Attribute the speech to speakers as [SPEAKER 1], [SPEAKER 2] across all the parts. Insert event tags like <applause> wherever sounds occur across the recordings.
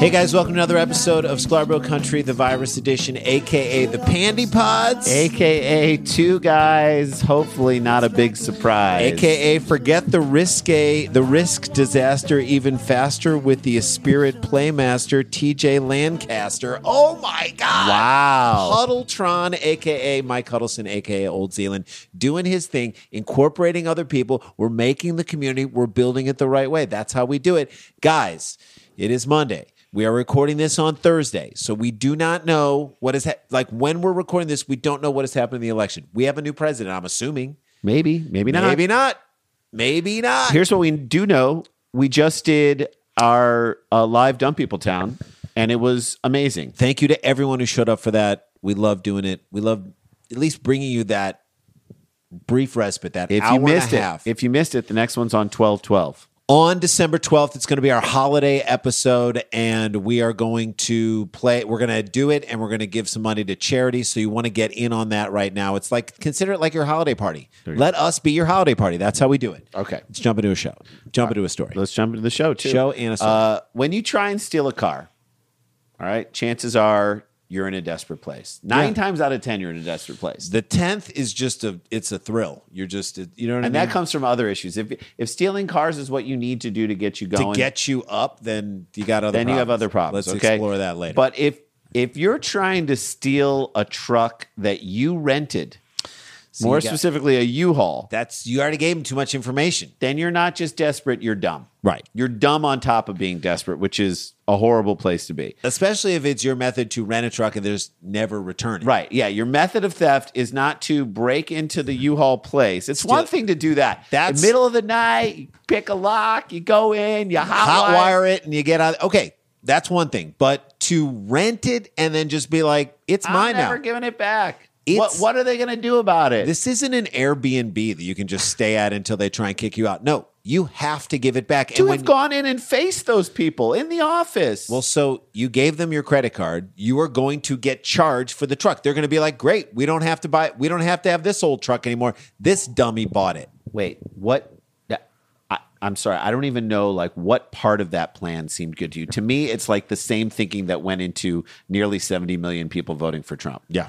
[SPEAKER 1] Hey guys, welcome to another episode of Scarborough Country, the virus edition, aka the Pandy Pods,
[SPEAKER 2] AKA two guys, hopefully not a big surprise.
[SPEAKER 1] aka forget the risque, the risk disaster even faster with the Spirit Playmaster TJ Lancaster. Oh my God!
[SPEAKER 2] Wow.
[SPEAKER 1] Huddletron, aka Mike Huddleston, aka Old Zealand, doing his thing, incorporating other people. We're making the community, we're building it the right way. That's how we do it. Guys, it is Monday. We are recording this on Thursday, so we do not know what is ha- like when we're recording this. We don't know what has happened in the election. We have a new president. I'm assuming,
[SPEAKER 2] Maybe, maybe not.
[SPEAKER 1] maybe not, maybe not.
[SPEAKER 2] Here's what we do know. We just did our uh, live Dumb People Town, and it was amazing.
[SPEAKER 1] Thank you to everyone who showed up for that. We love doing it. We love at least bringing you that brief respite, that
[SPEAKER 2] If
[SPEAKER 1] hour
[SPEAKER 2] you missed
[SPEAKER 1] and a
[SPEAKER 2] it,
[SPEAKER 1] half.
[SPEAKER 2] if you missed it, the next one's on twelve twelve.
[SPEAKER 1] on December 12th. It's going to be our holiday episode, and we are going to play. We're going to do it, and we're going to give some money to charity. So you want to get in on that right now. It's like consider it like your holiday party. Let us be your holiday party. That's how we do it.
[SPEAKER 2] Okay.
[SPEAKER 1] let's jump into a show. Jump into a story.
[SPEAKER 2] Let's jump into the show too.
[SPEAKER 1] Show and a song.
[SPEAKER 2] uh, when you try and steal a car, all right, chances are you're in a desperate place. Nine
[SPEAKER 1] Yeah.
[SPEAKER 2] times out of ten, you're in a desperate place.
[SPEAKER 1] the 10th is just a. It's a thrill. You're just. You know what I mean.
[SPEAKER 2] and that comes from other issues. If if stealing cars is what you need to do to get you
[SPEAKER 1] to
[SPEAKER 2] going,
[SPEAKER 1] get you up, then you got other.
[SPEAKER 2] then you have other problems.
[SPEAKER 1] Let's
[SPEAKER 2] okay?
[SPEAKER 1] explore that later.
[SPEAKER 2] But if if you're trying to steal a truck that you rented,
[SPEAKER 1] So
[SPEAKER 2] more
[SPEAKER 1] you got-
[SPEAKER 2] specifically a U-Haul,
[SPEAKER 1] that's you already gave him too much information.
[SPEAKER 2] then you're not just desperate, you're dumb.
[SPEAKER 1] Right.
[SPEAKER 2] You're dumb on top of being desperate, which is a horrible place to be.
[SPEAKER 1] Especially if it's your method to rent a truck and there's never returning.
[SPEAKER 2] Right. Yeah. Your method of theft is not to break into the U-Haul place. It's one thing to do that.
[SPEAKER 1] Mm-hmm. That's-
[SPEAKER 2] the middle of the night, you pick a lock, you go in, you hot,
[SPEAKER 1] Hotwire it and you get out. Okay, that's one thing. But to rent it and then just be like, it's
[SPEAKER 2] I'm
[SPEAKER 1] mine
[SPEAKER 2] never
[SPEAKER 1] now.
[SPEAKER 2] giving it back. What,
[SPEAKER 1] It's-
[SPEAKER 2] what are they going to do about it?
[SPEAKER 1] this isn't an Airbnb that you can just stay at until they try and kick you out. No, you have to give it back.
[SPEAKER 2] to have gone in and faced those people in the office.
[SPEAKER 1] Well, so you gave them your credit card. You are going to get charged for the truck. They're going to be like, "Great, we don't have to buy. We don't have to have this old truck anymore. This dummy bought it."
[SPEAKER 2] wait, what? that- I, I'm sorry, I don't even know like what part of that plan seemed good to you. To me, it's like the same thinking that went into nearly 70 million people voting for Trump.
[SPEAKER 1] Yeah,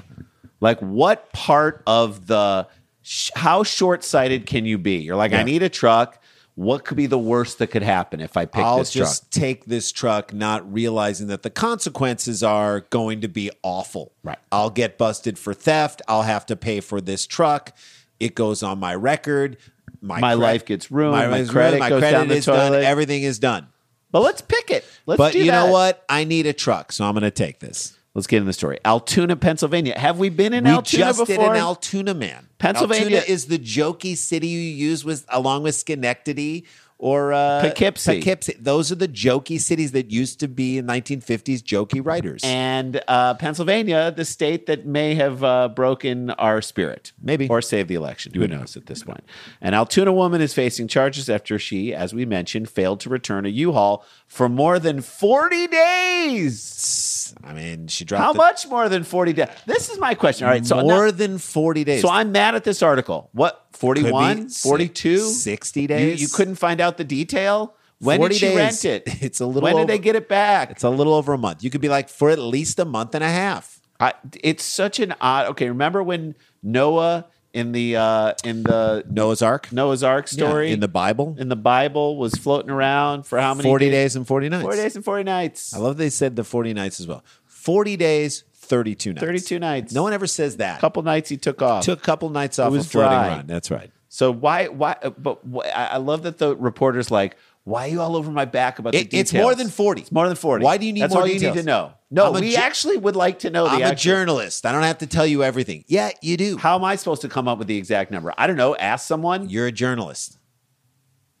[SPEAKER 2] Like, what part of the sh- how short sighted can you be? You're like,
[SPEAKER 1] Yeah.
[SPEAKER 2] I need a truck. what could be the worst that could happen if I pick
[SPEAKER 1] I'll
[SPEAKER 2] this
[SPEAKER 1] just
[SPEAKER 2] truck?
[SPEAKER 1] take this truck, not realizing that the consequences are going to be awful.
[SPEAKER 2] Right.
[SPEAKER 1] I'll get busted for theft. I'll have to pay for this truck. It goes on my record.
[SPEAKER 2] My
[SPEAKER 1] cre-
[SPEAKER 2] life gets ruined. My
[SPEAKER 1] life is
[SPEAKER 2] credit goes down the
[SPEAKER 1] is done.
[SPEAKER 2] toilet.
[SPEAKER 1] Everything is done.
[SPEAKER 2] But let's pick it. Let's
[SPEAKER 1] but
[SPEAKER 2] do
[SPEAKER 1] you know
[SPEAKER 2] that.
[SPEAKER 1] what? I need a truck, so I'm going to take this.
[SPEAKER 2] Let's get in the story. Altoona, Pennsylvania. Have we been in
[SPEAKER 1] We
[SPEAKER 2] Altoona
[SPEAKER 1] just
[SPEAKER 2] before?
[SPEAKER 1] did an Altoona man.
[SPEAKER 2] Pennsylvania-
[SPEAKER 1] Altoona is the jokey city you use with along with Schenectady or uh,
[SPEAKER 2] Poughkeepsie.
[SPEAKER 1] Poughkeepsie. Those are the jokey cities that used to be in 1950s jokey writers.
[SPEAKER 2] and uh, Pennsylvania, the state that may have uh, broken our spirit,
[SPEAKER 1] Maybe.
[SPEAKER 2] or saved the election. Who knows at this point? An Altoona woman is facing charges after she, as we mentioned, failed to return a U-Haul for more than forty days.
[SPEAKER 1] I mean, she dropped
[SPEAKER 2] How
[SPEAKER 1] the-
[SPEAKER 2] much more than forty days? This is my question. All right, so
[SPEAKER 1] more
[SPEAKER 2] now-
[SPEAKER 1] than 40 days.
[SPEAKER 2] so I'm mad at this article. What
[SPEAKER 1] Could be
[SPEAKER 2] 41,
[SPEAKER 1] si-
[SPEAKER 2] 42,
[SPEAKER 1] 60
[SPEAKER 2] You,
[SPEAKER 1] days.
[SPEAKER 2] you couldn't find out the detail. When
[SPEAKER 1] 40
[SPEAKER 2] did she
[SPEAKER 1] days.
[SPEAKER 2] rent
[SPEAKER 1] <laughs>
[SPEAKER 2] it?
[SPEAKER 1] It's a little
[SPEAKER 2] When
[SPEAKER 1] over-
[SPEAKER 2] did they get it back?
[SPEAKER 1] It's a little over a month. You could be like for at least a month and a half.
[SPEAKER 2] I, it's such an odd. Okay, remember when Noah in the uh, in the
[SPEAKER 1] Noah's Ark
[SPEAKER 2] Noah's Ark
[SPEAKER 1] Yeah,
[SPEAKER 2] story
[SPEAKER 1] in the Bible.
[SPEAKER 2] in the Bible was floating around for how many
[SPEAKER 1] 40 days and 40 nights.
[SPEAKER 2] Forty days and forty nights.
[SPEAKER 1] I love they said the 40 nights as well. 40 days, 32 nights.
[SPEAKER 2] 32 nights.
[SPEAKER 1] No one ever says that.
[SPEAKER 2] A couple nights he took off.
[SPEAKER 1] Took a couple nights off
[SPEAKER 2] was
[SPEAKER 1] a floating
[SPEAKER 2] dry.
[SPEAKER 1] run. That's right.
[SPEAKER 2] so why why? uh, But wh- I I love that the reporter's like, why are you all over my back about
[SPEAKER 1] It-
[SPEAKER 2] the
[SPEAKER 1] it's
[SPEAKER 2] details?
[SPEAKER 1] more than 40.
[SPEAKER 2] It's more than forty.
[SPEAKER 1] Why do you need
[SPEAKER 2] That's
[SPEAKER 1] more
[SPEAKER 2] all
[SPEAKER 1] details?
[SPEAKER 2] you need to know? No,
[SPEAKER 1] I'm a
[SPEAKER 2] we
[SPEAKER 1] ju-
[SPEAKER 2] actually would like to know the
[SPEAKER 1] I'm a
[SPEAKER 2] actual-
[SPEAKER 1] journalist. I don't have to tell you everything. Yeah, you do.
[SPEAKER 2] How am I supposed to come up with the exact number? I don't know. Ask someone.
[SPEAKER 1] You're a journalist.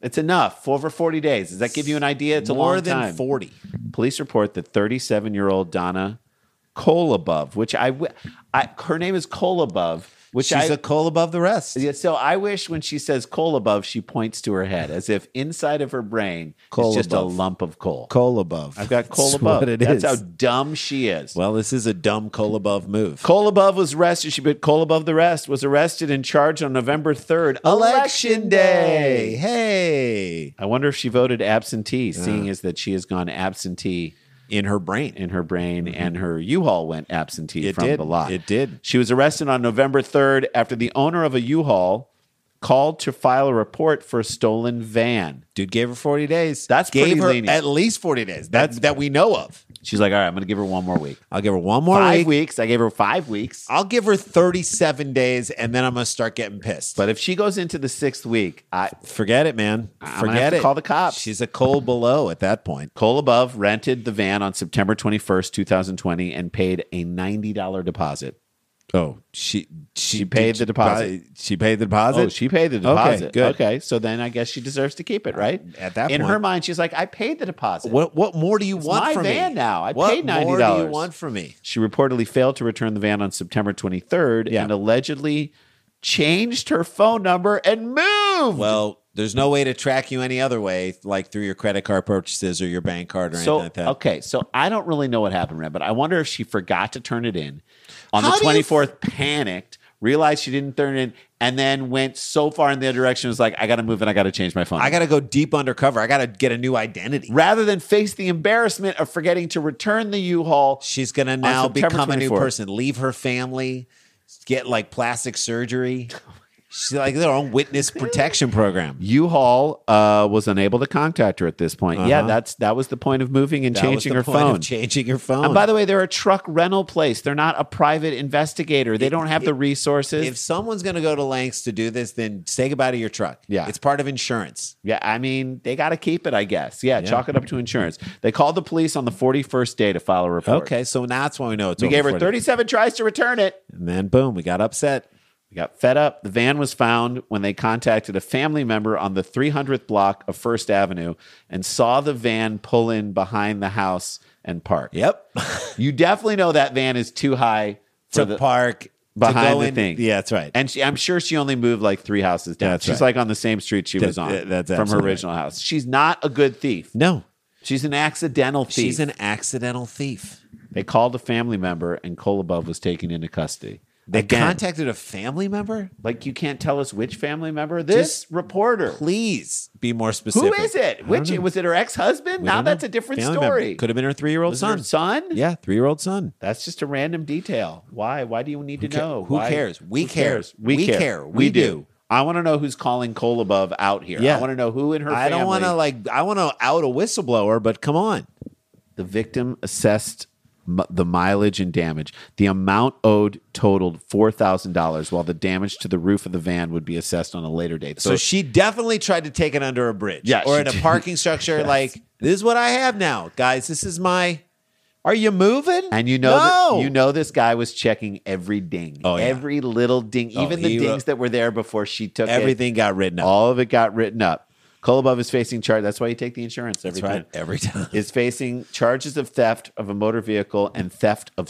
[SPEAKER 2] It's enough. For over 40 days. Does that give you an idea? It's a
[SPEAKER 1] more
[SPEAKER 2] long
[SPEAKER 1] than
[SPEAKER 2] time.
[SPEAKER 1] 40.
[SPEAKER 2] Police report that 37 year old Donna Kolobov, which I, wi- I, her name is Kolobov, which
[SPEAKER 1] She's
[SPEAKER 2] I,
[SPEAKER 1] a coal above the rest.
[SPEAKER 2] yeah, so I wish when she says Kolobov, she points to her head as if inside of her brain is just a
[SPEAKER 1] Kolobov.
[SPEAKER 2] lump of coal.
[SPEAKER 1] Coal above.
[SPEAKER 2] I've got
[SPEAKER 1] <laughs> That's
[SPEAKER 2] Kolobov.
[SPEAKER 1] what it is.
[SPEAKER 2] That's how dumb she is.
[SPEAKER 1] Well, this is a dumb coal above move.
[SPEAKER 2] Cole above was arrested. She but Cole above the rest was arrested and charged on November third, election day.
[SPEAKER 1] Hey.
[SPEAKER 2] I wonder if she voted absentee, seeing as that she has gone absentee
[SPEAKER 1] In her brain. Mm-hmm.
[SPEAKER 2] in her brain and her U-Haul went absentee
[SPEAKER 1] It
[SPEAKER 2] from
[SPEAKER 1] did.
[SPEAKER 2] the lot.
[SPEAKER 1] It did.
[SPEAKER 2] She was arrested on November third after the owner of a U-Haul called to file a report for a stolen van.
[SPEAKER 1] Dude gave her 40 days.
[SPEAKER 2] That's
[SPEAKER 1] gave
[SPEAKER 2] pretty
[SPEAKER 1] her
[SPEAKER 2] lenient.
[SPEAKER 1] at least 40 days. That, that we know of.
[SPEAKER 2] She's like, "All right, I'm going to give her one more week,
[SPEAKER 1] I'll give her one more week.
[SPEAKER 2] five weeks." I gave her five weeks.
[SPEAKER 1] I'll give her 37 days and then I'm going to start getting pissed.
[SPEAKER 2] But if she goes into the sixth week, I,
[SPEAKER 1] forget it, man.
[SPEAKER 2] I'm gonna have
[SPEAKER 1] forget
[SPEAKER 2] to
[SPEAKER 1] it.
[SPEAKER 2] call the cops.
[SPEAKER 1] She's a coal below at that point.
[SPEAKER 2] Cole above rented the van on September 21st, 2020, and paid a $90 deposit.
[SPEAKER 1] Oh, she she,
[SPEAKER 2] paid
[SPEAKER 1] did
[SPEAKER 2] the deposit.
[SPEAKER 1] buy- She paid the deposit.
[SPEAKER 2] Oh, she paid the
[SPEAKER 1] Okay,
[SPEAKER 2] deposit.
[SPEAKER 1] good.
[SPEAKER 2] Okay, so then I guess she deserves to keep it, right?
[SPEAKER 1] At that
[SPEAKER 2] in
[SPEAKER 1] point-
[SPEAKER 2] her mind, she's like, I paid the deposit.
[SPEAKER 1] What what more do you want
[SPEAKER 2] my
[SPEAKER 1] from
[SPEAKER 2] van
[SPEAKER 1] me
[SPEAKER 2] now. I
[SPEAKER 1] what
[SPEAKER 2] paid
[SPEAKER 1] More do you
[SPEAKER 2] $90.
[SPEAKER 1] want from me?
[SPEAKER 2] She reportedly failed to return the van on September 23rd
[SPEAKER 1] Yeah.
[SPEAKER 2] and allegedly changed her phone number and moved.
[SPEAKER 1] Well, there's no way to track you any other way, like through your credit card purchases or your bank card or
[SPEAKER 2] so
[SPEAKER 1] anything like that.
[SPEAKER 2] okay, so I don't really know what happened, Ren, but I wonder if she forgot to turn it in on
[SPEAKER 1] How
[SPEAKER 2] the
[SPEAKER 1] do you
[SPEAKER 2] twenty fourth, panicked, realized she didn't turn it in, and then went so far in the other direction was like, I got to move and I got to change my phone.
[SPEAKER 1] I got to go deep undercover. I got to get a new identity.
[SPEAKER 2] rather than face the embarrassment of forgetting to return the U haul.
[SPEAKER 1] She's gonna now
[SPEAKER 2] September
[SPEAKER 1] become a new
[SPEAKER 2] 24th.
[SPEAKER 1] person. Leave her family, get like plastic
[SPEAKER 2] <laughs>
[SPEAKER 1] surgery.
[SPEAKER 2] Oh
[SPEAKER 1] She's like their own witness protection program.
[SPEAKER 2] U-Haul uh, was unable to contact her at this point. Yeah,
[SPEAKER 1] Uh-huh.
[SPEAKER 2] that's that was the point of moving and
[SPEAKER 1] That was
[SPEAKER 2] changing
[SPEAKER 1] the
[SPEAKER 2] her
[SPEAKER 1] point of
[SPEAKER 2] phone.
[SPEAKER 1] Changing her phone.
[SPEAKER 2] and by the way, they're a truck rental place. They're not a private investigator. They don't have the resources.
[SPEAKER 1] if someone's going to go to lengths to do this, then say goodbye to your truck.
[SPEAKER 2] Yeah.
[SPEAKER 1] It's part of insurance.
[SPEAKER 2] Yeah, I mean, they got to keep it, I guess. Yeah, chalk it up to insurance. They called the police on the 41st day to file a report.
[SPEAKER 1] Okay. So now that's why we know it's
[SPEAKER 2] We
[SPEAKER 1] over
[SPEAKER 2] gave her
[SPEAKER 1] 40.
[SPEAKER 2] 37 tries to return it.
[SPEAKER 1] And then boom, we got upset.
[SPEAKER 2] We got fed up. The van was found when they contacted a family member on the 300th block of First Avenue and saw the van pull in behind the house and park. <laughs>
[SPEAKER 1] Yep.
[SPEAKER 2] You definitely know that van is too high for
[SPEAKER 1] to
[SPEAKER 2] the
[SPEAKER 1] park
[SPEAKER 2] behind
[SPEAKER 1] to go
[SPEAKER 2] the
[SPEAKER 1] in-
[SPEAKER 2] thing.
[SPEAKER 1] Yeah, that's right.
[SPEAKER 2] And she, I'm sure she only moved like three houses down.
[SPEAKER 1] That's
[SPEAKER 2] She's
[SPEAKER 1] right.
[SPEAKER 2] like on the same street she
[SPEAKER 1] That-
[SPEAKER 2] was on
[SPEAKER 1] that- that's
[SPEAKER 2] from her
[SPEAKER 1] absolutely right.
[SPEAKER 2] original house. She's not a good thief.
[SPEAKER 1] no,
[SPEAKER 2] She's an accidental thief.
[SPEAKER 1] she's an accidental thief.
[SPEAKER 2] They called a family member, and Kolobov was taken into custody.
[SPEAKER 1] They
[SPEAKER 2] Again,
[SPEAKER 1] contacted a family member.
[SPEAKER 2] like you can't tell us which family member. This reporter,
[SPEAKER 1] Please be more
[SPEAKER 2] who
[SPEAKER 1] specific.
[SPEAKER 2] is it? Which was it? Her ex husband? Now that's a different story.
[SPEAKER 1] Could have been her three-year-old
[SPEAKER 2] Was it her
[SPEAKER 1] son.
[SPEAKER 2] son?
[SPEAKER 1] Yeah, three-year-old son.
[SPEAKER 2] That's just a random detail. Why? Why do you need to know?
[SPEAKER 1] Who
[SPEAKER 2] Why-
[SPEAKER 1] cares? We
[SPEAKER 2] Who
[SPEAKER 1] care.
[SPEAKER 2] We, care.
[SPEAKER 1] We, do.
[SPEAKER 2] I want to know who's calling Kolobov out here.
[SPEAKER 1] Yeah.
[SPEAKER 2] I want to know who in her
[SPEAKER 1] I don't want to
[SPEAKER 2] family-
[SPEAKER 1] like. I want to out a whistleblower, but come on.
[SPEAKER 2] the victim assessed m- the mileage and damage. The amount owed totaled four thousand dollars, while the damage to the roof of the van would be assessed on a later date.
[SPEAKER 1] So, she definitely tried to take it under a bridge,
[SPEAKER 2] Yeah,
[SPEAKER 1] or
[SPEAKER 2] she
[SPEAKER 1] in a
[SPEAKER 2] did. <laughs>
[SPEAKER 1] parking structure. Like this is what I have now, guys. This is my. Are you moving?
[SPEAKER 2] and you know
[SPEAKER 1] no.
[SPEAKER 2] that, you know this guy was checking every ding,
[SPEAKER 1] Oh, yeah.
[SPEAKER 2] every little ding,
[SPEAKER 1] Oh,
[SPEAKER 2] even
[SPEAKER 1] he
[SPEAKER 2] the
[SPEAKER 1] wa-
[SPEAKER 2] dings that were there before she took it.
[SPEAKER 1] everything got written up.
[SPEAKER 2] All of it got written up. Kolobov is facing charge. That's why you take the insurance every
[SPEAKER 1] That's right.
[SPEAKER 2] time.
[SPEAKER 1] Every time.
[SPEAKER 2] Is facing charges of theft of a motor vehicle and theft of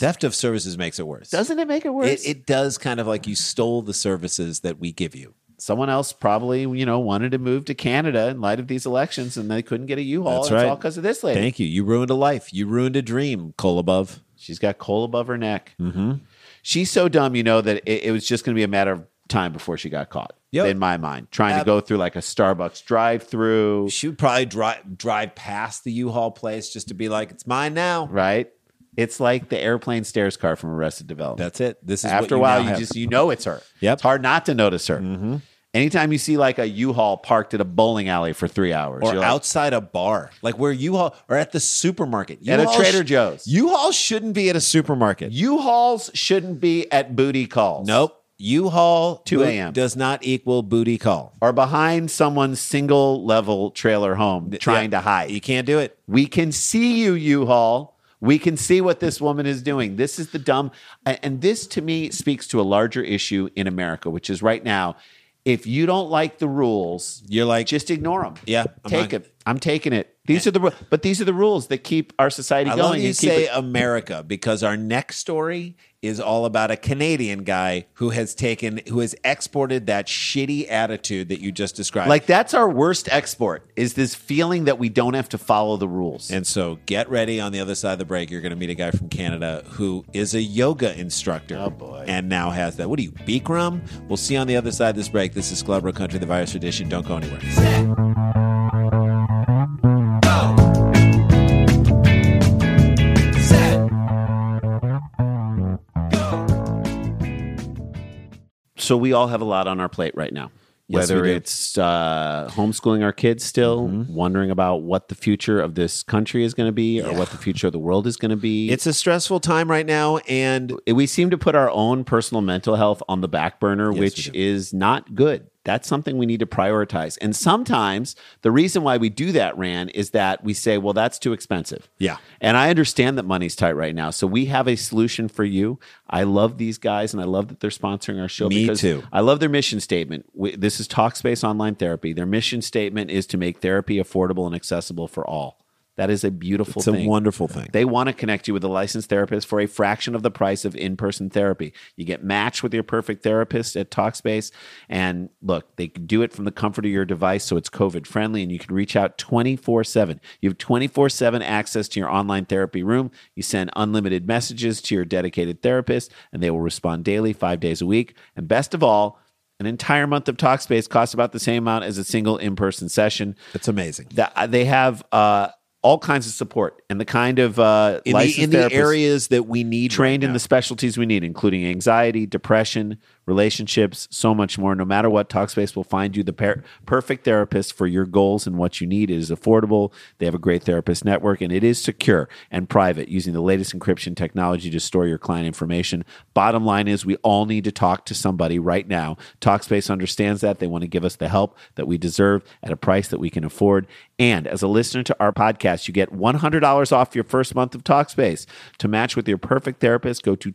[SPEAKER 1] <laughs> Theft of services makes it worse.
[SPEAKER 2] Doesn't it make it worse?
[SPEAKER 1] It, it does kind of like you stole the services that we give you.
[SPEAKER 2] someone else probably you know wanted to move to Canada in light of these elections, and they couldn't get a U-Haul.
[SPEAKER 1] That's
[SPEAKER 2] and It's
[SPEAKER 1] right.
[SPEAKER 2] all because of this lady.
[SPEAKER 1] Thank you. You ruined a life. You ruined a dream, Kolobov.
[SPEAKER 2] She's got coal above her neck. Mm-hmm. She's so dumb, you know, that it, it was just going to be a matter of time before she got caught.
[SPEAKER 1] Yep.
[SPEAKER 2] In my mind, trying
[SPEAKER 1] Ab-
[SPEAKER 2] to go through like a Starbucks drive-through,
[SPEAKER 1] She would probably drive drive past the U-Haul place just to be like, "It's mine now."
[SPEAKER 2] right? It's like the airplane stairs car from Arrested Development.
[SPEAKER 1] That's it. This is what
[SPEAKER 2] After a while,
[SPEAKER 1] now
[SPEAKER 2] you
[SPEAKER 1] have.
[SPEAKER 2] just you know it's her.
[SPEAKER 1] Yep.
[SPEAKER 2] It's hard not to notice her. Anytime you see like a U-Haul parked at a bowling alley for three hours,
[SPEAKER 1] or
[SPEAKER 2] you're like,
[SPEAKER 1] outside a bar, like where U-Haul or at the supermarket,
[SPEAKER 2] At a
[SPEAKER 1] U-Haul
[SPEAKER 2] Trader Joe's.
[SPEAKER 1] U-Haul shouldn't be at a supermarket.
[SPEAKER 2] U-Hauls shouldn't be at booty calls.
[SPEAKER 1] nope. U-Haul
[SPEAKER 2] 2
[SPEAKER 1] boot
[SPEAKER 2] a.m..
[SPEAKER 1] does not equal booty call.
[SPEAKER 2] Or behind someone's single level trailer home trying
[SPEAKER 1] Yeah.
[SPEAKER 2] to hide.
[SPEAKER 1] You can't do it.
[SPEAKER 2] We can see you, U-Haul. We can see what this woman is doing. This is the dumb. a- And this to me speaks to a larger issue in America, which is right now, if you don't like the rules,
[SPEAKER 1] You're like,
[SPEAKER 2] just ignore them.
[SPEAKER 1] Yeah, I'm
[SPEAKER 2] take
[SPEAKER 1] not-
[SPEAKER 2] it. I'm taking it. These are the ru- but these are the rules that keep our society
[SPEAKER 1] I
[SPEAKER 2] going.
[SPEAKER 1] love that
[SPEAKER 2] and
[SPEAKER 1] you
[SPEAKER 2] keep
[SPEAKER 1] say
[SPEAKER 2] it-
[SPEAKER 1] America because our next story is all about a Canadian guy who has taken, who has exported that shitty attitude that you just described.
[SPEAKER 2] like that's our worst export is this feeling that we don't have to follow the rules.
[SPEAKER 1] And so get ready on the other side of the break. You're going to meet a guy from Canada who is a yoga instructor. Oh, boy. And now has that. What are you, Bikram? We'll see you on the other side of this break. This is Global Country, the virus edition. Don't go anywhere.
[SPEAKER 2] so we all have a lot on our plate right now.
[SPEAKER 1] Yes,
[SPEAKER 2] Whether
[SPEAKER 1] we do. Mm-hmm.
[SPEAKER 2] it's uh, homeschooling our kids still, wondering about what the future of this country is going to be or what the future of the world is going to be.
[SPEAKER 1] It's a stressful time right now. And
[SPEAKER 2] we seem to put our own personal mental health on the back burner,
[SPEAKER 1] Yes,
[SPEAKER 2] which
[SPEAKER 1] we
[SPEAKER 2] is not good. That's something we need to prioritize. And sometimes the reason why we do that, Ran, is that we say, well, that's too expensive.
[SPEAKER 1] Yeah.
[SPEAKER 2] And I understand that money's tight right now. So we have a solution for you. I love these guys and I love that they're sponsoring our show.
[SPEAKER 1] Me
[SPEAKER 2] because
[SPEAKER 1] too.
[SPEAKER 2] I love their mission statement. We, this is Talkspace Online Therapy. Their mission statement is to make therapy affordable and accessible for all. That is a beautiful
[SPEAKER 1] it's
[SPEAKER 2] thing.
[SPEAKER 1] a wonderful thing.
[SPEAKER 2] They want to connect you with a licensed therapist for a fraction of the price of in person therapy. You get matched with your perfect therapist at TalkSpace. And look, they can do it from the comfort of your device, so it's COVID friendly, and you can reach out 24 7. You have 24 7 access to your online therapy room. You send unlimited messages to your dedicated therapist, and they will respond daily, five days a week. And best of all, an entire month of TalkSpace costs about the same amount as a single in person session
[SPEAKER 1] it's amazing.
[SPEAKER 2] that they have uh, all kinds of support and the kind of uh,
[SPEAKER 1] In, the,
[SPEAKER 2] licensed
[SPEAKER 1] in the
[SPEAKER 2] therapists
[SPEAKER 1] areas that we need.
[SPEAKER 2] trained
[SPEAKER 1] right
[SPEAKER 2] in
[SPEAKER 1] now.
[SPEAKER 2] the specialties we need, including anxiety, depression, relationships, so much more. No matter what, Talkspace will find you the per- perfect therapist for your goals and what you need. It is affordable. They have a great therapist network, and it is secure and private using the latest encryption technology to store your client information. Bottom line is, we all need to talk to somebody right now. Talkspace understands that. They want to give us the help that we deserve at a price that we can afford. And as a listener to our podcast, you get $100 off your first month of Talkspace. To match with your perfect therapist, go to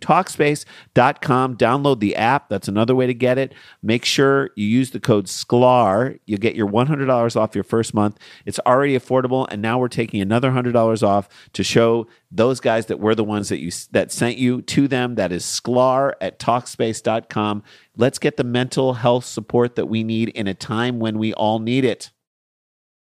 [SPEAKER 2] Talkspace.com, download the app. That's another way to get it. Make sure you use the code SCLAR. You'll get your $100 off your first month. It's already affordable, and now we're taking another $100 off to show those guys that were the ones that you that sent you to them. That is SCLAR at Talkspace.com. Let's get the mental health support that we need in a time when we all need it.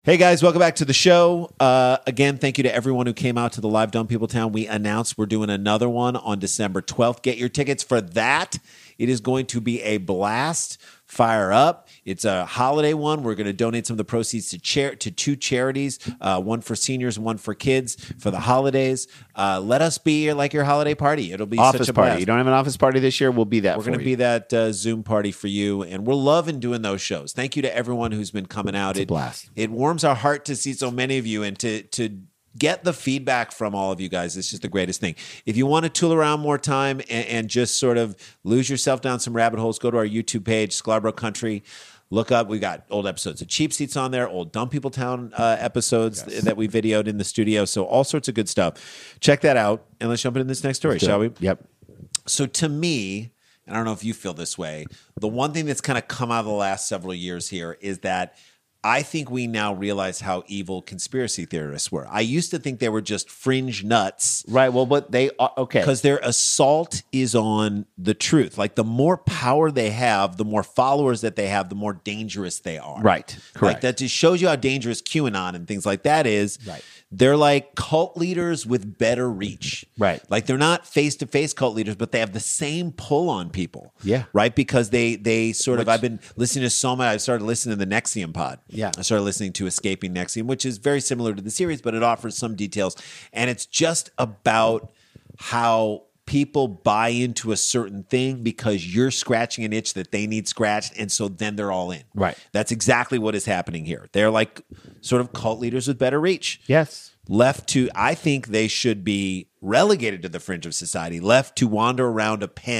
[SPEAKER 1] Hey guys, welcome back to the show. Uh, again, thank you to everyone who came out to the live Dumb People Town. We announced we're doing another one on December 12th. Get your tickets for that. It is going to be a blast. Fire Up. It's a holiday one. We're going to donate some of the proceeds to chair to two charities, uh, one for seniors, one for kids for the holidays. Uh, let us be like your holiday party. It'll be
[SPEAKER 2] office
[SPEAKER 1] such a
[SPEAKER 2] party.
[SPEAKER 1] blast.
[SPEAKER 2] You don't have an office party this year. We'll be that.
[SPEAKER 1] We're
[SPEAKER 2] for
[SPEAKER 1] going to
[SPEAKER 2] you.
[SPEAKER 1] be that uh, Zoom party for you, and we're loving doing those shows. Thank you to everyone who's been coming out. It's
[SPEAKER 2] a blast.
[SPEAKER 1] It warms our heart to see so many of you, and to to get the feedback from all of you guys. It's just the greatest thing. If you want to tool around more time and, and just sort of lose yourself down some rabbit holes, go to our YouTube page, Scarborough Country. Look up. We got old episodes of Cheap Seats on there, old Dumb People Town uh, episodes that we videoed in the studio. So all sorts of good stuff. Check that out, and let's jump into this next story, shall we?
[SPEAKER 2] Yep.
[SPEAKER 1] So to me, and I don't know if you feel this way, the one thing that's kind of come out of the last several years here is that I think we now realize how evil conspiracy theorists were. I used to think they were just fringe nuts
[SPEAKER 2] Right. Well, but they are okay.
[SPEAKER 1] because their assault is on the truth. Like the more power they have, the more followers that they have, the more dangerous they are.
[SPEAKER 2] Right.
[SPEAKER 1] Like
[SPEAKER 2] Correct.
[SPEAKER 1] that just shows you how dangerous QAnon and things like that is.
[SPEAKER 2] Right.
[SPEAKER 1] They're like cult leaders with better reach.
[SPEAKER 2] Right.
[SPEAKER 1] Like they're not face to face cult leaders, but they have the same pull on people.
[SPEAKER 2] Yeah.
[SPEAKER 1] Right. Because they they sort of I've been listening to so much. I started listening to the Nexium pod.
[SPEAKER 2] Yeah.
[SPEAKER 1] I started listening to Escaping Nexium, which is very similar to the series, but it offers some details. And it's just about how people buy into a certain thing because you're scratching an itch that they need scratched. And so then they're all in.
[SPEAKER 2] Right.
[SPEAKER 1] That's exactly what is happening here. They're like sort of cult leaders with better reach.
[SPEAKER 2] yes.
[SPEAKER 1] Left to, I think they should be relegated to the fringe of society, left to wander around a pen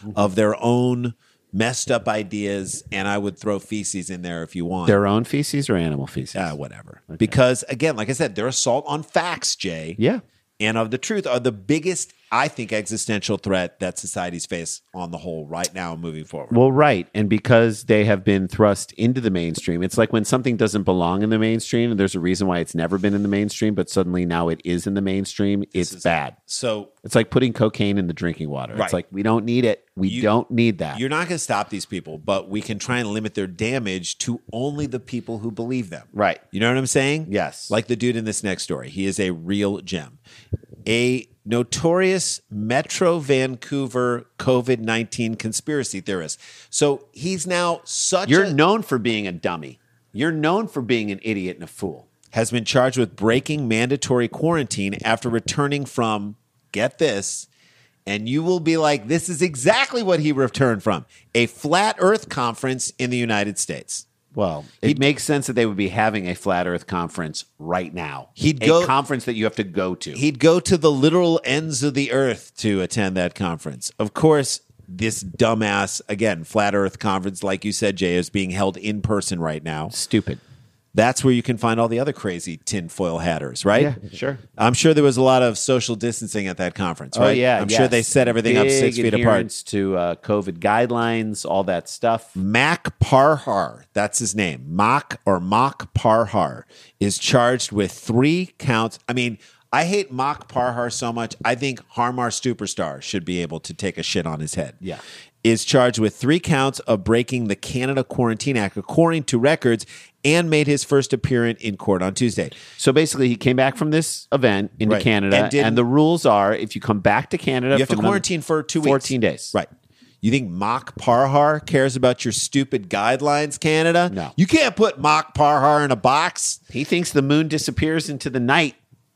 [SPEAKER 2] Mm-hmm.
[SPEAKER 1] of their own messed up ideas. And I would throw feces in there if you want.
[SPEAKER 2] Their own feces or animal feces.
[SPEAKER 1] Ah, whatever. Because again, like I said, their assault on facts, Jay,
[SPEAKER 2] yeah.
[SPEAKER 1] and of the truth are the biggest, I think, existential threat that society's face on the whole right now moving forward.
[SPEAKER 2] Well, right. And because they have been thrust into the mainstream, it's like when something doesn't belong in the mainstream, and there's a reason why it's never been in the mainstream, but suddenly now it is in the mainstream, it's bad.
[SPEAKER 1] so
[SPEAKER 2] It's like putting cocaine in the drinking water.
[SPEAKER 1] Right.
[SPEAKER 2] It's like we don't need it. We
[SPEAKER 1] You-
[SPEAKER 2] don't need that.
[SPEAKER 1] you're not going to stop these people, but we can try and limit their damage to only the people who believe them.
[SPEAKER 2] Right.
[SPEAKER 1] You know what I'm saying?
[SPEAKER 2] Yes.
[SPEAKER 1] Like the dude in this next story. He is a real gem. A notorious Metro Vancouver COVID 19 conspiracy theorist. So he's now such
[SPEAKER 2] You're
[SPEAKER 1] a.
[SPEAKER 2] known for being a dummy. You're known for being an idiot and a fool.
[SPEAKER 1] has been charged with breaking mandatory quarantine after returning from, get this, and you will be like, this is exactly what he returned from a flat earth conference in the United States.
[SPEAKER 2] Well, it makes sense that they would be having a flat Earth conference right now.
[SPEAKER 1] He'd
[SPEAKER 2] a
[SPEAKER 1] go-
[SPEAKER 2] conference that you have to go to.
[SPEAKER 1] He'd go to the literal ends of the earth to attend that conference. Of course, this dumbass, again, flat earth conference, like you said, Jay, is being held in person right now.
[SPEAKER 2] Stupid.
[SPEAKER 1] That's where you can find all the other crazy tinfoil hatters, right?
[SPEAKER 2] Yeah, sure.
[SPEAKER 1] I'm sure there was a lot of social distancing at that conference, right?
[SPEAKER 2] Oh yeah,
[SPEAKER 1] I'm sure
[SPEAKER 2] yes.
[SPEAKER 1] they set everything up
[SPEAKER 2] Big
[SPEAKER 1] six feet apart.
[SPEAKER 2] adherence to uh, COVID guidelines, all that stuff.
[SPEAKER 1] Mac Parhar, that's his name. Mock or Mock Parhar is charged with three counts. I mean, I hate Mock Parhar so much. I think Harmar Superstar should be able to take a shit on his head.
[SPEAKER 2] Yeah.
[SPEAKER 1] Is charged with three counts of breaking the Canada Quarantine Act, according to records, and made his first appearance in court on Tuesday.
[SPEAKER 2] So basically, he came back from this event into
[SPEAKER 1] Right.
[SPEAKER 2] Canada,
[SPEAKER 1] And
[SPEAKER 2] and,
[SPEAKER 1] didn't-
[SPEAKER 2] the rules are: if you come back to Canada,
[SPEAKER 1] You have to
[SPEAKER 2] from another-
[SPEAKER 1] quarantine for two weeks.
[SPEAKER 2] 14 days.
[SPEAKER 1] Right. You think Mock Parhar cares about your stupid guidelines, Canada?
[SPEAKER 2] No.
[SPEAKER 1] You can't put Mock Parhar in a box.
[SPEAKER 2] He thinks the moon disappears into the night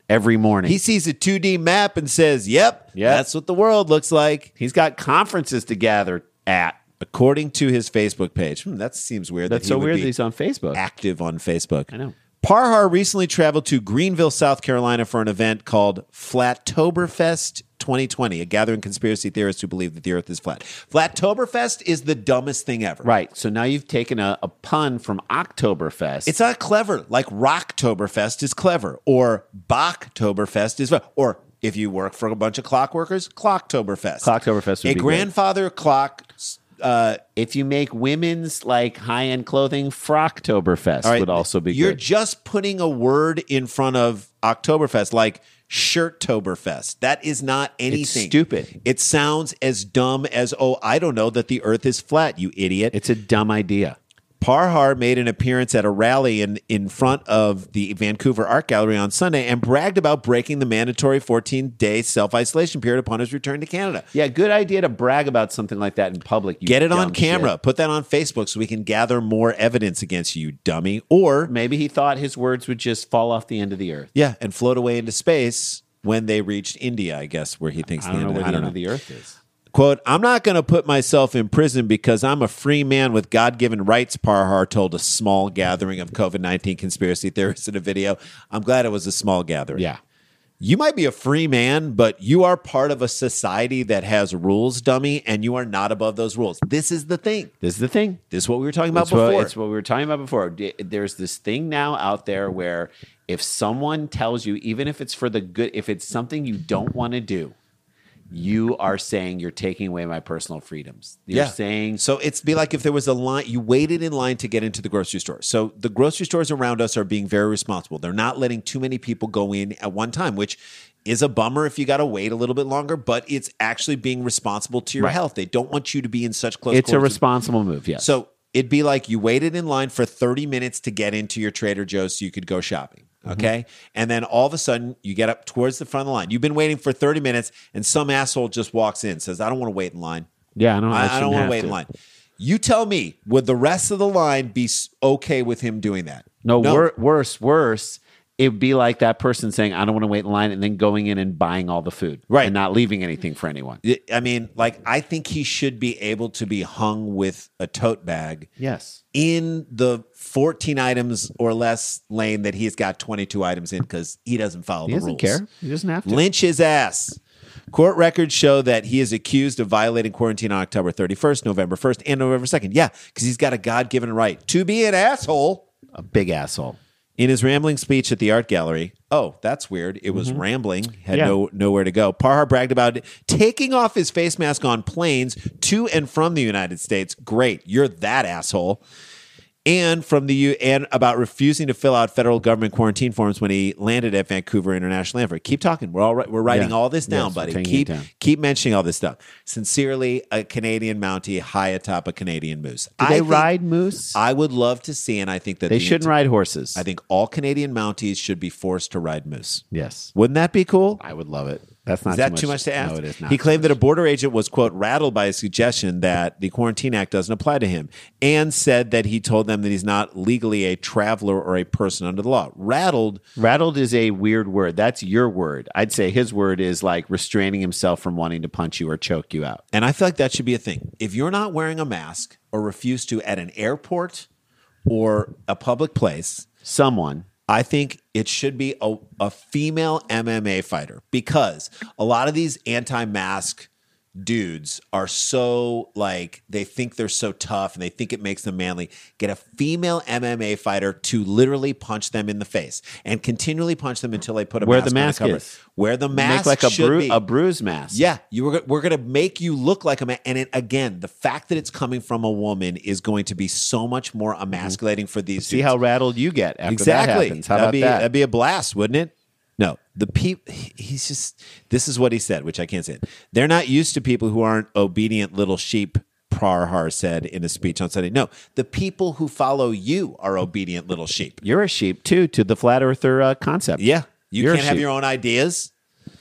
[SPEAKER 2] every morning.
[SPEAKER 1] He sees a 2D map and says, yep,
[SPEAKER 2] Yep.
[SPEAKER 1] that's what the world looks like.
[SPEAKER 2] he's got conferences to gather at.
[SPEAKER 1] According to his Facebook page. Hmm, that seems weird.
[SPEAKER 2] That's
[SPEAKER 1] that he
[SPEAKER 2] so
[SPEAKER 1] would
[SPEAKER 2] weird
[SPEAKER 1] be
[SPEAKER 2] that he's on Facebook.
[SPEAKER 1] active on Facebook.
[SPEAKER 2] I know.
[SPEAKER 1] Parhar recently traveled to Greenville, South Carolina for an event called Flattoberfest 2020, a gathering conspiracy theorists who believe that the earth is flat. Flattoberfest is the dumbest thing ever.
[SPEAKER 2] Right. So now you've taken a, a pun from Oktoberfest.
[SPEAKER 1] It's not clever. Like Rocktoberfest is clever, or Bachtoberfest is, or if you work for a bunch of clockworkers, Clocktoberfest.
[SPEAKER 2] Clocktoberfest would
[SPEAKER 1] a
[SPEAKER 2] be
[SPEAKER 1] grandfather clock. Uh,
[SPEAKER 2] if you make women's like high end clothing, Frocktoberfest
[SPEAKER 1] all right,
[SPEAKER 2] would also be
[SPEAKER 1] You're
[SPEAKER 2] good.
[SPEAKER 1] just putting a word in front of Oktoberfest, like Shirttoberfest. That is not anything.
[SPEAKER 2] stupid.
[SPEAKER 1] It sounds as dumb as oh, I don't know that the Earth is flat. You idiot.
[SPEAKER 2] it's a dumb idea.
[SPEAKER 1] Parhar made an appearance at a rally in, in front of the Vancouver Art Gallery on Sunday and bragged about breaking the mandatory 14 day self isolation period upon his return to Canada.
[SPEAKER 2] Yeah, good idea to brag about something like that in public. you
[SPEAKER 1] Get it
[SPEAKER 2] dumb
[SPEAKER 1] on camera.
[SPEAKER 2] shit.
[SPEAKER 1] Put that on Facebook so we can gather more evidence against you, dummy. Or
[SPEAKER 2] Maybe he thought his words would just fall off the end of the earth.
[SPEAKER 1] Yeah, and float away into space when they reached India, I guess, where he thinks the
[SPEAKER 2] I
[SPEAKER 1] end
[SPEAKER 2] don't know
[SPEAKER 1] of the,
[SPEAKER 2] where the
[SPEAKER 1] I
[SPEAKER 2] end
[SPEAKER 1] don't
[SPEAKER 2] of
[SPEAKER 1] know.
[SPEAKER 2] the earth is.
[SPEAKER 1] Quote, I'm not going to put myself in prison because I'm a free man with God given rights, Parhar told a small gathering of COVID 19 conspiracy theorists in a video. I'm glad it was a small gathering.
[SPEAKER 2] Yeah.
[SPEAKER 1] You might be a free man, but you are part of a society that has rules, dummy, and you are not above those rules. This is the thing.
[SPEAKER 2] This is the thing.
[SPEAKER 1] This is what we were talking about
[SPEAKER 2] It's what-
[SPEAKER 1] before.
[SPEAKER 2] it's what we were talking about before. D- There's this thing now out there where if someone tells you, even if it's for the good, if it's something you don't want to do, you are saying you're taking away my personal freedoms. You're saying
[SPEAKER 1] so it's be like if there was a line you waited in line to get into the grocery store so the grocery stores around us are being very responsible they're not letting too many people go in at one time which is a bummer if you got to wait a little bit longer but it's actually being responsible to your
[SPEAKER 2] Right.
[SPEAKER 1] health they don't want you to be in such close
[SPEAKER 2] it's a
[SPEAKER 1] quarters with
[SPEAKER 2] responsible move. Yes.
[SPEAKER 1] so it'd be like you waited in line for 30 minutes to get into your Trader Joe's so you could go shopping.
[SPEAKER 2] Mm-hmm.
[SPEAKER 1] Okay. And then all of a sudden you get up towards the front of the line. You've been waiting for 30 minutes and some asshole just walks in, says, I don't want to wait in line.
[SPEAKER 2] Yeah, I don't- I
[SPEAKER 1] I,
[SPEAKER 2] shouldn't
[SPEAKER 1] don't want
[SPEAKER 2] have
[SPEAKER 1] to wait
[SPEAKER 2] to."
[SPEAKER 1] in line. You tell me, would the rest of the line be s- okay with him doing that?
[SPEAKER 2] No, Wor- worse, worse. It would be like that person saying, I don't want to wait in line, and then going in and buying all the food.
[SPEAKER 1] Right.
[SPEAKER 2] And not leaving anything for anyone.
[SPEAKER 1] I- I mean, like, I think he should be able to be hung with a tote bag
[SPEAKER 2] Yes.
[SPEAKER 1] in the 14 items or less lane that he's got 22 items in because he doesn't follow
[SPEAKER 2] He
[SPEAKER 1] the
[SPEAKER 2] doesn't
[SPEAKER 1] rules.
[SPEAKER 2] care. He doesn't have to.
[SPEAKER 1] Lynch his ass. Court records show that he is accused of violating quarantine on October 31st, November 1st, and November 2nd. Yeah, because he's got a God given right to be an asshole.
[SPEAKER 2] A big asshole.
[SPEAKER 1] In his rambling speech at the art gallery, oh, that's weird. It was rambling, had
[SPEAKER 2] Mm-hmm. Yeah.
[SPEAKER 1] no nowhere to go. Parhar bragged about taking off his face mask on planes to and from the United States. Great, you're that asshole. And from the U and about refusing to fill out federal government quarantine forms when he landed at Vancouver International Airport. Keep talking. We're all right. We're writing
[SPEAKER 2] Yeah.
[SPEAKER 1] all this down,
[SPEAKER 2] Yes, we're
[SPEAKER 1] buddy.
[SPEAKER 2] taking it
[SPEAKER 1] Keep
[SPEAKER 2] down.
[SPEAKER 1] keep mentioning all this stuff. Sincerely, a Canadian Mountie high atop a Canadian moose.
[SPEAKER 2] Do
[SPEAKER 1] I
[SPEAKER 2] they
[SPEAKER 1] think-
[SPEAKER 2] ride moose?
[SPEAKER 1] I would love to see, and I think that
[SPEAKER 2] they
[SPEAKER 1] the
[SPEAKER 2] shouldn't ride horses.
[SPEAKER 1] I think all Canadian Mounties should be forced to ride moose.
[SPEAKER 2] Yes.
[SPEAKER 1] Wouldn't that be cool?
[SPEAKER 2] I would love it. That's not
[SPEAKER 1] Is that too much, to ask?
[SPEAKER 2] No, it is not.
[SPEAKER 1] He claimed that a border agent was, quote, rattled by a suggestion that the Quarantine Act doesn't apply to him and said that he told them that he's not legally a traveler or a person under the law. Rattled,
[SPEAKER 2] rattled is a weird word. That's your word. I'd say his word is like restraining himself from wanting to punch you or choke you out.
[SPEAKER 1] and I feel like that should be a thing. If you're not wearing a mask or refuse to at an airport or a public place,
[SPEAKER 2] Someone.
[SPEAKER 1] I think it should be a, a female MMA fighter because a lot of these anti mask dudes are so like they think they're so tough and they think it makes them manly. Get a female MMA fighter to literally punch them in the face and continually punch them until they put a
[SPEAKER 2] Where
[SPEAKER 1] mask
[SPEAKER 2] the
[SPEAKER 1] on
[SPEAKER 2] mask
[SPEAKER 1] cover.
[SPEAKER 2] is.
[SPEAKER 1] Where the mask
[SPEAKER 2] Make like a,
[SPEAKER 1] should
[SPEAKER 2] bru-
[SPEAKER 1] be.
[SPEAKER 2] a bruise mask.
[SPEAKER 1] Yeah, you were. We're gonna make you look like a man. And it, again, the fact that it's coming from a woman is going to be so much more emasculating for these.
[SPEAKER 2] Mm-hmm. See
[SPEAKER 1] dudes
[SPEAKER 2] how rattled you get after that happens. How
[SPEAKER 1] that'd
[SPEAKER 2] about
[SPEAKER 1] be,
[SPEAKER 2] that?
[SPEAKER 1] would be a blast, wouldn't it? No, the people. He's just. This is what he said, which I can't say. It. They're not used to people who aren't obedient little sheep. Prarhar said in a speech on Sunday. No, the people who follow you are obedient little sheep.
[SPEAKER 2] You're a sheep too to the flat earther uh, concept.
[SPEAKER 1] Yeah, you
[SPEAKER 2] You're a
[SPEAKER 1] can't have
[SPEAKER 2] sheep.
[SPEAKER 1] your own ideas.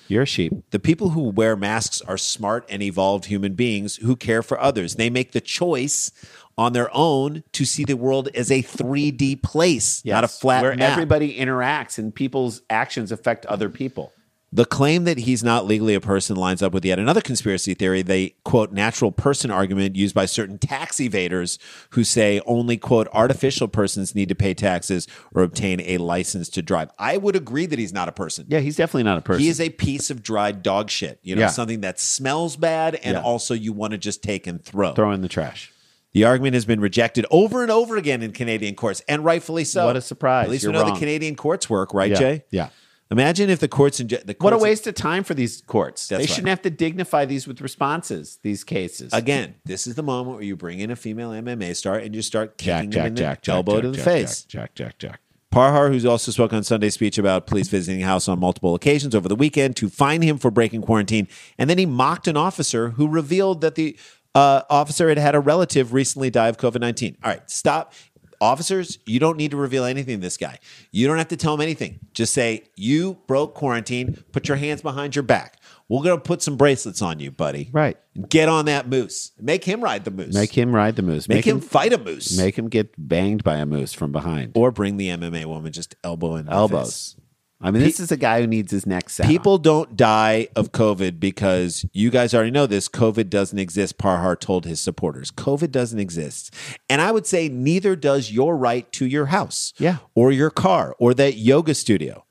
[SPEAKER 2] You're a sheep.
[SPEAKER 1] The people who wear masks are smart and evolved human beings who care for others. They make the choice on their own to see the world as a 3D place, not a
[SPEAKER 2] Yes.
[SPEAKER 1] flat
[SPEAKER 2] where
[SPEAKER 1] map.
[SPEAKER 2] everybody interacts and people's actions affect other people.
[SPEAKER 1] The claim that he's not legally a person lines up with yet another conspiracy theory, the quote natural person argument used by certain tax evaders who say only quote artificial persons need to pay taxes or obtain a license to drive. I would agree that he's not a person.
[SPEAKER 2] Yeah, he's definitely not a person.
[SPEAKER 1] He is a piece of dried dog shit, you know,
[SPEAKER 2] Yeah.
[SPEAKER 1] something that smells bad and
[SPEAKER 2] Yeah.
[SPEAKER 1] also you want to just take and
[SPEAKER 2] throw in the trash.
[SPEAKER 1] the argument has been rejected over and over again in Canadian courts, and rightfully so.
[SPEAKER 2] What a surprise.
[SPEAKER 1] At least
[SPEAKER 2] You're
[SPEAKER 1] we know
[SPEAKER 2] wrong.
[SPEAKER 1] the Canadian courts work, right,
[SPEAKER 2] Yeah.
[SPEAKER 1] Jay?
[SPEAKER 2] Yeah.
[SPEAKER 1] Imagine if the courts and the courts
[SPEAKER 2] What a waste of time for these courts.
[SPEAKER 1] That's
[SPEAKER 2] they
[SPEAKER 1] right.
[SPEAKER 2] shouldn't have to dignify these with responses, these cases.
[SPEAKER 1] Again, this is the moment where you bring in a female MMA star and you start kicking them in the elbow
[SPEAKER 2] Jack,
[SPEAKER 1] to the
[SPEAKER 2] Jack,
[SPEAKER 1] face.
[SPEAKER 2] Jack, Jack, Jack, Jack.
[SPEAKER 1] Parhar, who's also spoke on Sunday's speech about police visiting house on multiple occasions over the weekend to fine him for breaking quarantine, and then he mocked an officer who revealed that the uh, officer had had a relative recently die of COVID nineteen. All right, stop. officers, you don't need to reveal anything to this guy. You don't have to tell him anything. Just say, you broke quarantine, put your hands behind your back. We're going to put some bracelets on you, buddy.
[SPEAKER 2] Right.
[SPEAKER 1] Get on that moose. Make him ride the moose.
[SPEAKER 2] Make him ride the moose.
[SPEAKER 1] Make him, fight a moose.
[SPEAKER 2] make him get banged by a moose from behind.
[SPEAKER 1] or bring the MMA woman just elbow in the face.
[SPEAKER 2] elbows. I mean, this is a guy who needs his neck set.
[SPEAKER 1] People don't die of COVID because you guys already know this. COVID doesn't exist, Parhar told his supporters. COVID doesn't exist. And I would say neither does your right to your house
[SPEAKER 2] Yeah.
[SPEAKER 1] or your car or that yoga studio.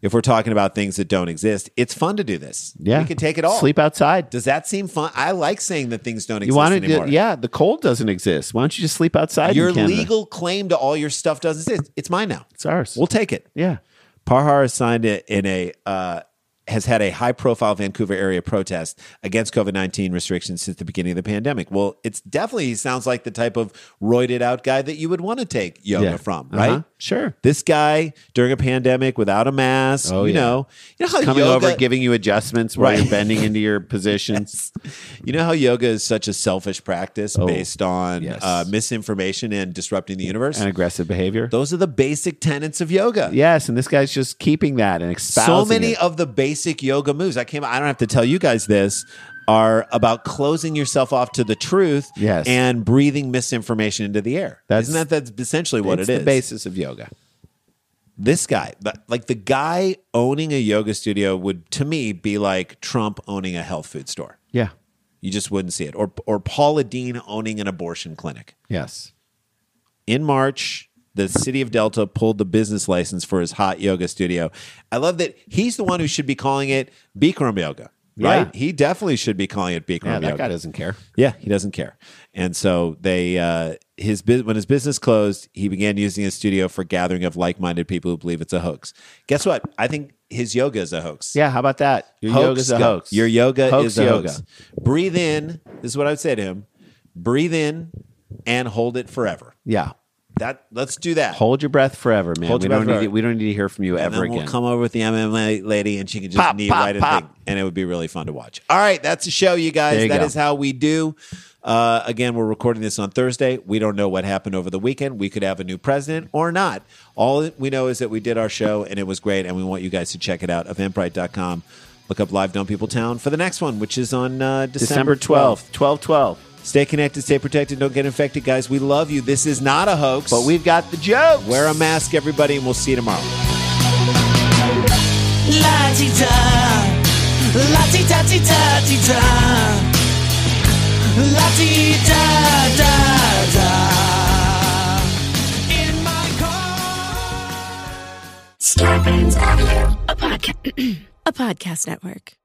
[SPEAKER 1] If we're talking about things that don't exist, it's fun to do this.
[SPEAKER 2] yeah,
[SPEAKER 1] We can take it all.
[SPEAKER 2] Sleep outside.
[SPEAKER 1] Does that seem fun? I like saying that things don't
[SPEAKER 2] You
[SPEAKER 1] exist
[SPEAKER 2] want to?
[SPEAKER 1] anymore.
[SPEAKER 2] Yeah, the cold doesn't exist. Why don't you just sleep outside? in
[SPEAKER 1] Your
[SPEAKER 2] Canada?
[SPEAKER 1] legal claim to all your stuff doesn't exist. It's mine now.
[SPEAKER 2] It's ours.
[SPEAKER 1] We'll take it.
[SPEAKER 2] yeah,
[SPEAKER 1] Parhar has signed it in a uh, has had a high profile Vancouver area protest against COVID nineteen restrictions since the beginning of the pandemic. Well, it's definitely he sounds like the type of roided out guy that you would want to take yoga
[SPEAKER 2] yeah.
[SPEAKER 1] from,
[SPEAKER 2] Uh-huh.
[SPEAKER 1] right? <laughs>
[SPEAKER 2] Sure.
[SPEAKER 1] This guy during a pandemic without a mask,
[SPEAKER 2] Oh,
[SPEAKER 1] you
[SPEAKER 2] yeah.
[SPEAKER 1] know, you know how
[SPEAKER 2] Coming
[SPEAKER 1] yoga,
[SPEAKER 2] over, giving you adjustments while
[SPEAKER 1] Right.
[SPEAKER 2] you're bending
[SPEAKER 1] <laughs>
[SPEAKER 2] into your positions.
[SPEAKER 1] you know how yoga is such a selfish practice based on
[SPEAKER 2] Oh, yes.
[SPEAKER 1] uh, misinformation and disrupting the universe.
[SPEAKER 2] and aggressive behavior.
[SPEAKER 1] Those are the basic tenets of yoga.
[SPEAKER 2] yes, and this guy's just keeping that and
[SPEAKER 1] so
[SPEAKER 2] espousing
[SPEAKER 1] many
[SPEAKER 2] it.
[SPEAKER 1] of the basic yoga moves i came i don't have to tell you guys this are about closing yourself off to the truth
[SPEAKER 2] Yes.
[SPEAKER 1] and breathing misinformation into the air
[SPEAKER 2] That's-
[SPEAKER 1] isn't that that's essentially what
[SPEAKER 2] it's
[SPEAKER 1] it
[SPEAKER 2] the
[SPEAKER 1] is
[SPEAKER 2] basis of yoga.
[SPEAKER 1] this guy the- like the guy owning a yoga studio would to me be like trump owning a health food store
[SPEAKER 2] Yeah.
[SPEAKER 1] you just wouldn't see it or or paula dean owning an abortion clinic
[SPEAKER 2] Yes.
[SPEAKER 1] in March, the city of Delta pulled the business license for his hot yoga studio. I love that he's the one who should be calling it Bikram yoga, right?
[SPEAKER 2] Yeah.
[SPEAKER 1] He definitely should be calling it Bikram
[SPEAKER 2] Yeah,
[SPEAKER 1] yoga.
[SPEAKER 2] that guy doesn't care.
[SPEAKER 1] Yeah, he doesn't care. And so they uh, his bu- when his business closed, he began using his studio for gathering of like-minded people who believe it's a hoax. Guess what? I think his yoga is a hoax.
[SPEAKER 2] Yeah, how about that? Your
[SPEAKER 1] Hoax
[SPEAKER 2] yoga's a
[SPEAKER 1] go-
[SPEAKER 2] hoax.
[SPEAKER 1] Your yoga
[SPEAKER 2] Hoax
[SPEAKER 1] is a
[SPEAKER 2] yoga.
[SPEAKER 1] hoax. Breathe in. This is what I would say to him. Breathe in and hold it forever.
[SPEAKER 2] Yeah.
[SPEAKER 1] That let's do that.
[SPEAKER 2] Hold your breath forever, man.
[SPEAKER 1] Hold
[SPEAKER 2] we
[SPEAKER 1] your
[SPEAKER 2] don't
[SPEAKER 1] breath forever.
[SPEAKER 2] need to- we don't need to hear from you
[SPEAKER 1] and
[SPEAKER 2] ever
[SPEAKER 1] then
[SPEAKER 2] again.
[SPEAKER 1] we'll come over with the MMA lady, and she can just
[SPEAKER 2] Pop,
[SPEAKER 1] knee
[SPEAKER 2] pop,
[SPEAKER 1] right
[SPEAKER 2] pop.
[SPEAKER 1] a thing, and it would be really fun to watch. All right, that's the show, you guys. That
[SPEAKER 2] There you
[SPEAKER 1] is
[SPEAKER 2] go.
[SPEAKER 1] how we do. Uh, again, we're recording this on Thursday. We don't know what happened over the weekend. We could have a new president or not. All that we know is that we did our show, and it was great. And we want you guys to check it out. Eventbrite.com. Look up Live Dumb People Town for the next one, which is on uh,
[SPEAKER 2] December
[SPEAKER 1] December 12th.
[SPEAKER 2] 12th, 12 12.
[SPEAKER 1] Stay connected, stay protected, don't get infected, guys. We love you. This is not a hoax.
[SPEAKER 2] But we've got the jokes.
[SPEAKER 1] wear a mask, everybody, and we'll see you tomorrow.
[SPEAKER 3] La ti da, la ti da ti da ti da, la ti da da da. In my car.
[SPEAKER 4] Scarpins Audio.
[SPEAKER 5] a podcast network.